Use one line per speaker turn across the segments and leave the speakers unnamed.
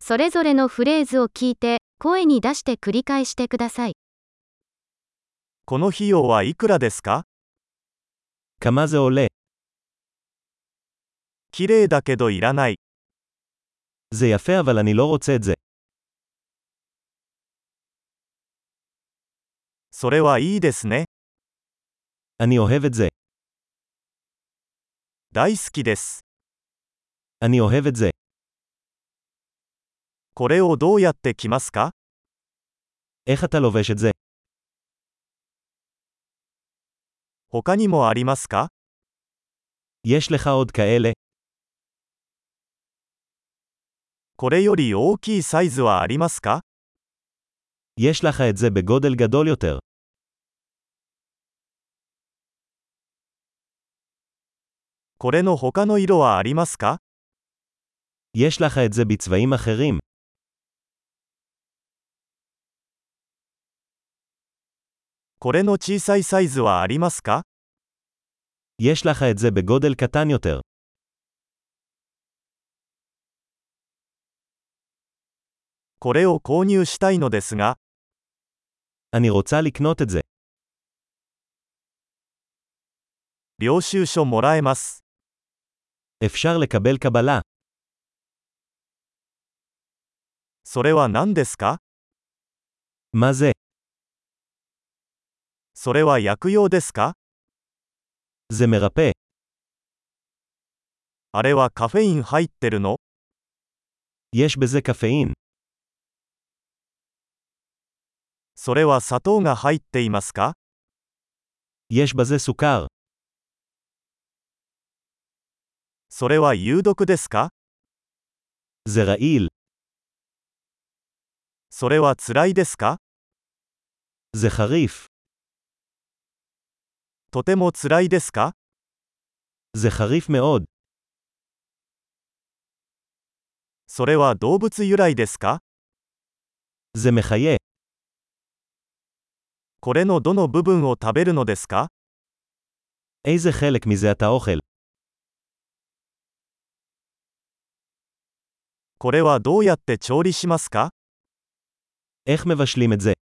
それぞれのフレーズを聞いて、声に出して繰り返してください。
この費用はいくらですか
כמה זה עולה?
綺麗だけどいらない。
זה יפה אבל אני לא רוצה את זה.
それはいいですね。
אני אוהב את זה.
大好きです。
אני אוהב את זה.
これをどうやって着ますか
איך אתה לובש את זה?
他にもありますか
יש לך עוד כאלה?
これより大きいサイズはありますか
יש לך את זה בגודל גדול יותר.
これの他の色はありますか
יש לך את זה בצבעים אחרים.
これの小さいサイズはありますか
יש לך את זה בגודל קטן יותר.
これを購入したいのですが、
אני רוצה לקנות את זה.
領収書もらえます。
אפשר לקבל קבלה.
それは何ですか
מה זה?
それは薬用ですか
זה מרפא.
あれはカフェイン入ってるの
יש בזה קפאין.
それは砂糖が入っていますか
יש בזה סוכר.
それは有毒ですか
זה רעיל.
それは辛いですか
זה חריף.
とても辛いですか
זה חריף מאוד.
それは動物由来ですか
זה מחיה.
これのどの部分を食べるのですか
איזה חלק מזה אתה אוכל?
これはどうやって調理しますか
איך מבשלים את זה?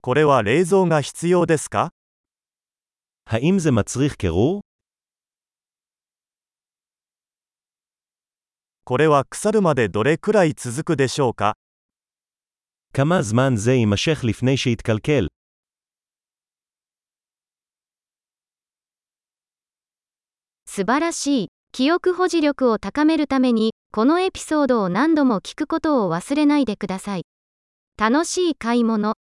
これは冷蔵が必要ですか
האם זה מצריך קירור?
これは腐るまでどれくらい続くでしょうか
כמה זמן זה יימשך לפני שיתקלקל?
素晴らしい。記憶保持力を高めるために、このエピソードを何度も聞くことを忘れないでください。楽しい買い物。